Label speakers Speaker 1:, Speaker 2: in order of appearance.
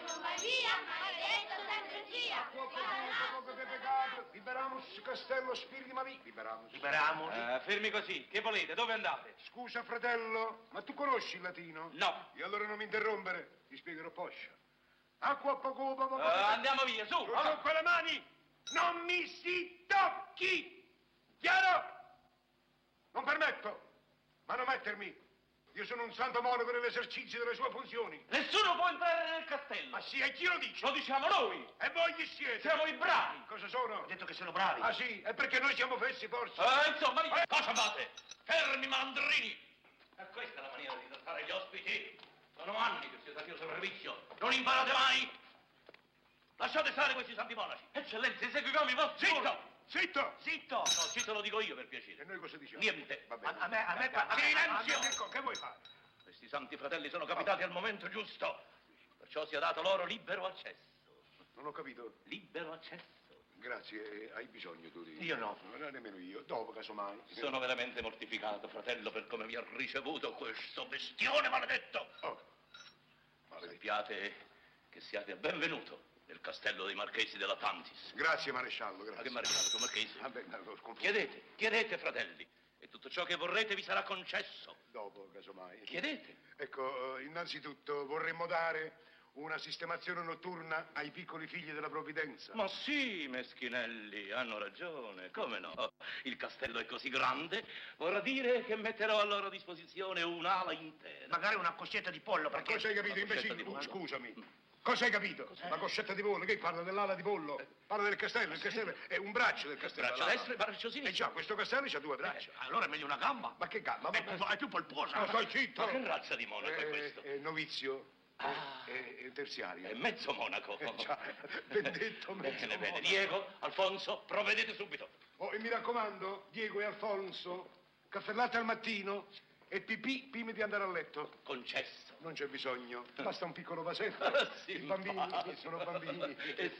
Speaker 1: Lucia, maledetto San Lucia, guarda,
Speaker 2: che peccato, liberamus Castello Spirimavi, liberamus.
Speaker 3: Liberamoci.
Speaker 4: Eh, fermi così, che volete? Dove andate?
Speaker 2: Scusa fratello, ma tu conosci il latino?
Speaker 4: No.
Speaker 2: E allora non mi interrompere, ti spiegherò poscia. Acqua poco poco
Speaker 4: Eh, andiamo via, su!
Speaker 2: Allora con le mani non mi si tocchi! Chiaro? Non permetto, manomettermi. Io sono un santo monaco nell'esercizio delle sue funzioni.
Speaker 4: Nessuno può entrare nel castello!
Speaker 2: Ma sì, e chi lo dice?
Speaker 4: Lo diciamo noi!
Speaker 2: E voi chi siete?
Speaker 4: Siamo i bravi!
Speaker 2: Cosa
Speaker 3: Ho
Speaker 2: sono?
Speaker 3: detto che sono bravi.
Speaker 2: Ah sì, è perché noi siamo fessi forse.
Speaker 4: Eh, insomma, vi- cosa fate? Fermi, mandrini! E questa è la maniera di trattare gli ospiti! Sono anni che siete al mio servizio! Non imparate mai! Lasciate stare questi santi monaci! Eccellenza, eseguiamo i vostri... Zitto!
Speaker 2: Zitto!
Speaker 4: Zitto! No, zitto lo dico io, per
Speaker 2: E
Speaker 4: piacere.
Speaker 2: noi cosa diciamo?
Speaker 4: Niente.
Speaker 2: Va
Speaker 3: A,
Speaker 2: bene.
Speaker 3: a me, a me fa...
Speaker 4: Silenzio!
Speaker 2: Ecco, che vuoi fare?
Speaker 4: Questi santi fratelli sono capitati al momento giusto! Perciò si è dato loro libero accesso.
Speaker 2: Non ho capito.
Speaker 4: Libero accesso.
Speaker 2: Grazie, eh, hai bisogno tu di...
Speaker 3: Io no.
Speaker 2: Non è nemmeno io, dopo casomai.
Speaker 4: Sono veramente mortificato, fratello, per come mi ha ricevuto questo bestione maledetto.
Speaker 2: Oh, maledetto.
Speaker 4: Sappiate che siate il benvenuto nel castello dei marchesi della Tantis.
Speaker 2: Grazie maresciallo, grazie.
Speaker 4: Ma che marchese, marchese?
Speaker 2: Vabbè, ma lo sconfo-
Speaker 4: Chiedete, chiedete, fratelli, e tutto ciò che vorrete vi sarà concesso.
Speaker 2: Dopo casomai.
Speaker 4: Chiedete.
Speaker 2: Ecco, eh, innanzitutto vorremmo dare una sistemazione notturna ai piccoli figli della provvidenza.
Speaker 4: Ma sì, meschinelli, hanno ragione, come no? Il castello è così grande, vorrà dire che metterò a loro disposizione un'ala intera.
Speaker 3: Magari una coscietta di pollo,
Speaker 2: Ma
Speaker 3: perché...
Speaker 2: cosa hai capito,
Speaker 4: la coscetta
Speaker 2: imbecille?
Speaker 4: di pollo?
Speaker 2: Oh, Scusami. Cosa hai capito? La coscetta di pollo, che parla dell'ala di pollo? Parla del castello, il castello è un braccio del castello.
Speaker 4: Eh. Braccio
Speaker 2: l'ala.
Speaker 4: destro e braccio
Speaker 2: E
Speaker 4: sinistro.
Speaker 2: già, questo castello ha due braccia.
Speaker 3: Eh, allora è meglio una gamba.
Speaker 2: Ma che gamba?
Speaker 3: È
Speaker 4: Eh,
Speaker 2: ma- Ah,
Speaker 3: più, è più polposa.
Speaker 2: Ma stai zitto!
Speaker 4: Ma che razza di monaco è
Speaker 2: Eh,
Speaker 4: questo?
Speaker 2: eh, novizio.
Speaker 4: Ah.
Speaker 2: Eh, eh, terziario.
Speaker 4: È mezzo monaco.
Speaker 2: Eh, già, benedetto mezzo
Speaker 4: Bene, bene.
Speaker 2: monaco.
Speaker 4: Diego, Alfonso, provvedete subito.
Speaker 2: Oh, e mi raccomando, Diego e Alfonso, caffè latte al mattino e pipì prima di andare a letto.
Speaker 4: Concesso.
Speaker 2: Non c'è bisogno, basta un piccolo vasetto.
Speaker 4: Ah, Eh. sì,
Speaker 2: I bambini,
Speaker 4: ma-
Speaker 2: sono bambini.
Speaker 4: Eh,